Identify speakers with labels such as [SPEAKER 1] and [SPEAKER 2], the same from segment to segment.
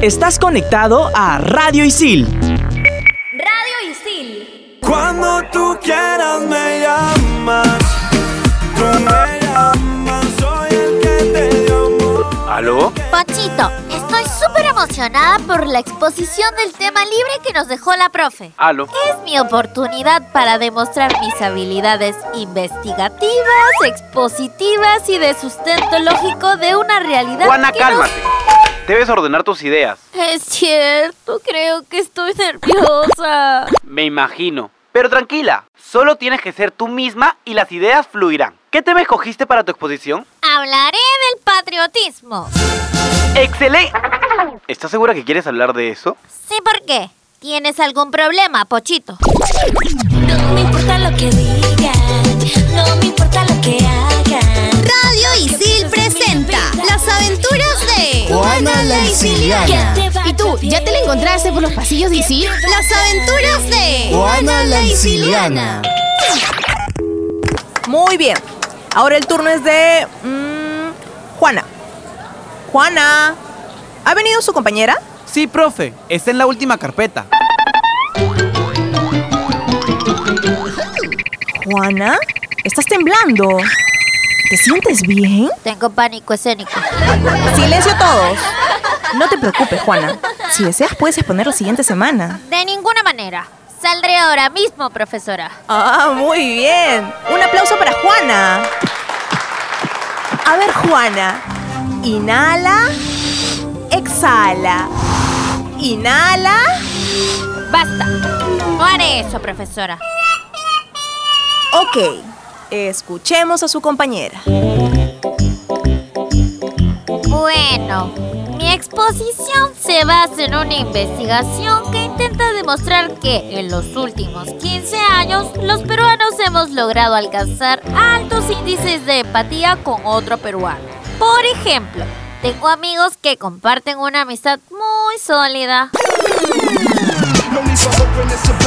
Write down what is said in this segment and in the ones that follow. [SPEAKER 1] Estás conectado a Radio Isil.
[SPEAKER 2] Radio Isil.
[SPEAKER 3] Cuando tú quieras me llamas, tú me llamas, soy el que te dio amor.
[SPEAKER 4] ¿Aló?
[SPEAKER 2] Pachito, estoy súper emocionada por la exposición del tema libre que nos dejó la profe.
[SPEAKER 4] ¿Aló?
[SPEAKER 2] Es mi oportunidad para demostrar mis habilidades investigativas, expositivas y de sustento lógico de una realidad.
[SPEAKER 4] Juana,
[SPEAKER 2] que nos-
[SPEAKER 4] cálmate. Debes ordenar tus ideas.
[SPEAKER 2] Es cierto, creo que estoy nerviosa.
[SPEAKER 4] Me imagino. Pero tranquila, solo tienes que ser tú misma y las ideas fluirán. ¿Qué tema escogiste para tu exposición?
[SPEAKER 2] Hablaré del patriotismo.
[SPEAKER 4] ¡Excelente! ¿Estás segura que quieres hablar de eso?
[SPEAKER 2] Sí, ¿por qué? ¿Tienes algún problema, Pochito?
[SPEAKER 5] No me importa lo que digan, no me importa lo que hagan.
[SPEAKER 6] Radio Isil presenta Las aventuras de
[SPEAKER 7] Juana la
[SPEAKER 6] Isiliana.
[SPEAKER 5] Isiliana.
[SPEAKER 6] ¿Y tú, ya te la encontraste por los pasillos de Isil? Las aventuras de
[SPEAKER 7] Juana la Isiliana.
[SPEAKER 8] Muy bien. Ahora el turno es de mm, Juana. Juana. ¿Ha venido su compañera?
[SPEAKER 9] Sí, profe, está en la última carpeta.
[SPEAKER 8] Juana, estás temblando. ¿Te sientes bien?
[SPEAKER 2] Tengo pánico escénico.
[SPEAKER 8] Silencio todos. No te preocupes, Juana. Si deseas puedes exponer la siguiente semana.
[SPEAKER 2] De ninguna manera. Saldré ahora mismo, profesora.
[SPEAKER 8] Ah, muy bien. Un aplauso para Juana. A ver, Juana. Inhala. Exhala. Inhala.
[SPEAKER 2] Basta. No haré eso, profesora.
[SPEAKER 8] Ok, escuchemos a su compañera.
[SPEAKER 2] Bueno, mi exposición se basa en una investigación que intenta demostrar que en los últimos 15 años los peruanos hemos logrado alcanzar altos índices de empatía con otro peruano. Por ejemplo, tengo amigos que comparten una amistad muy sólida.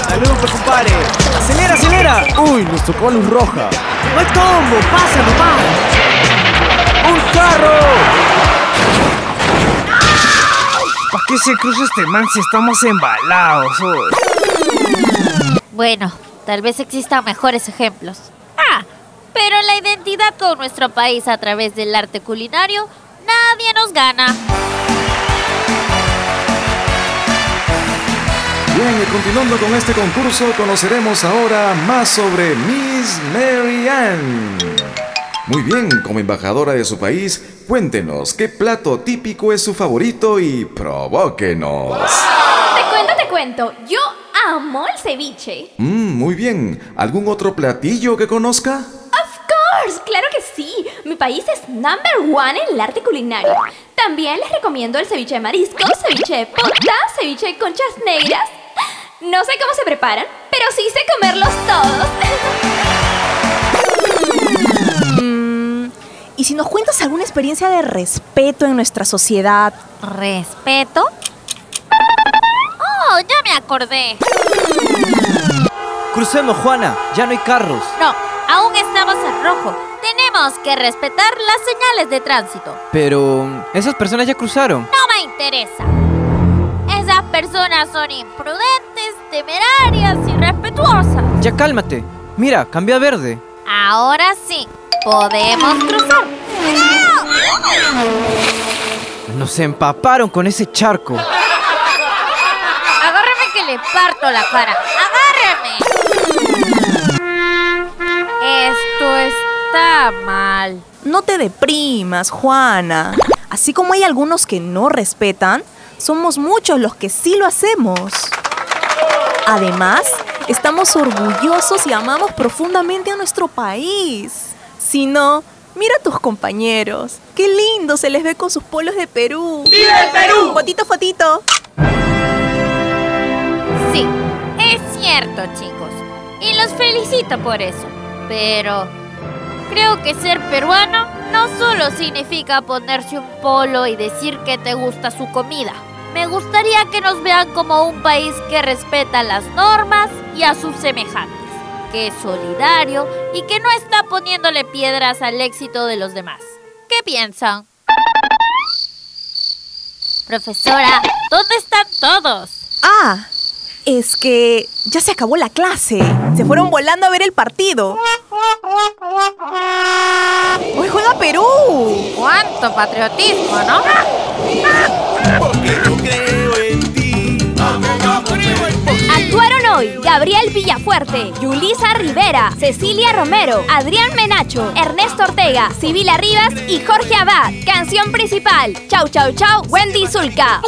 [SPEAKER 9] Saludos, pues, compadre. Acelera, acelera. Uy, nos tocó luz roja. No hay combo, pasa nomás. ¡Un carro!
[SPEAKER 7] ¿Para qué se cruza este man si estamos embalados? hoy?
[SPEAKER 2] Bueno, tal vez existan mejores ejemplos. Ah, pero la identidad con nuestro país a través del arte culinario, nadie nos gana.
[SPEAKER 10] Bien, y continuando con este concurso, conoceremos ahora más sobre Miss Mary Ann. Muy bien, como embajadora de su país, cuéntenos qué plato típico es su favorito y provóquenos.
[SPEAKER 5] Te cuento, te cuento. Yo amo el ceviche.
[SPEAKER 10] Mm, muy bien, ¿algún otro platillo que conozca?
[SPEAKER 5] Of course, claro que sí. Mi país es number one en el arte culinario. También les recomiendo el ceviche de mariscos, ceviche de pota, ceviche de conchas negras. No sé cómo se preparan, pero sí sé comerlos todos.
[SPEAKER 8] Y si nos cuentas alguna experiencia de respeto en nuestra sociedad.
[SPEAKER 2] ¿Respeto? Oh, ya me acordé.
[SPEAKER 9] Crucemos, Juana. Ya no hay carros.
[SPEAKER 2] No, aún estamos en rojo. Tenemos que respetar las señales de tránsito.
[SPEAKER 9] Pero mm, esas personas ya cruzaron.
[SPEAKER 2] No me interesa. Esas personas son imprudentes, temerarias, irrespetuosas.
[SPEAKER 9] Ya cálmate. Mira, cambió a verde.
[SPEAKER 2] Ahora sí, podemos cruzar.
[SPEAKER 9] Nos empaparon con ese charco.
[SPEAKER 2] Agárreme que le parto la cara. Agárreme. Esto está mal.
[SPEAKER 8] No te deprimas, Juana. Así como hay algunos que no respetan, somos muchos los que sí lo hacemos. Además, estamos orgullosos y amamos profundamente a nuestro país. Si no, mira a tus compañeros. Qué lindo se les ve con sus polos de Perú. ¡Viva el Perú! Fotito, fotito.
[SPEAKER 2] Sí, es cierto, chicos. Y los felicito por eso. Pero creo que ser peruano no solo significa ponerse un polo y decir que te gusta su comida. Me gustaría que nos vean como un país que respeta las normas y a sus semejantes, que es solidario y que no está poniéndole piedras al éxito de los demás. ¿Qué piensan? Profesora, ¿dónde están todos?
[SPEAKER 8] Ah, es que ya se acabó la clase. Se fueron volando a ver el partido. ¡Hoy juega Perú!
[SPEAKER 2] ¡Cuánto patriotismo, ¿no?
[SPEAKER 5] Actuaron hoy Gabriel Villafuerte, Yulisa Rivera, Cecilia Romero, Adrián Menacho, Ernesto Ortega, Sibila Rivas y Jorge Abad. Canción principal, Chau Chau Chau, Wendy Zulka.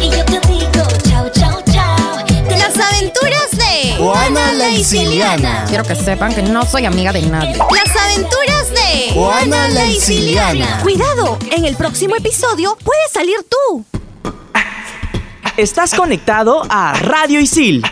[SPEAKER 6] Y yo te digo, chau, chau, chau. De las aventuras de
[SPEAKER 11] Juana la Isiliana.
[SPEAKER 12] Quiero que sepan que no soy amiga de nadie.
[SPEAKER 6] Las aventuras de
[SPEAKER 11] Juana la Isiliana.
[SPEAKER 6] Cuidado, en el próximo episodio puedes salir tú.
[SPEAKER 1] Estás conectado a Radio Isil.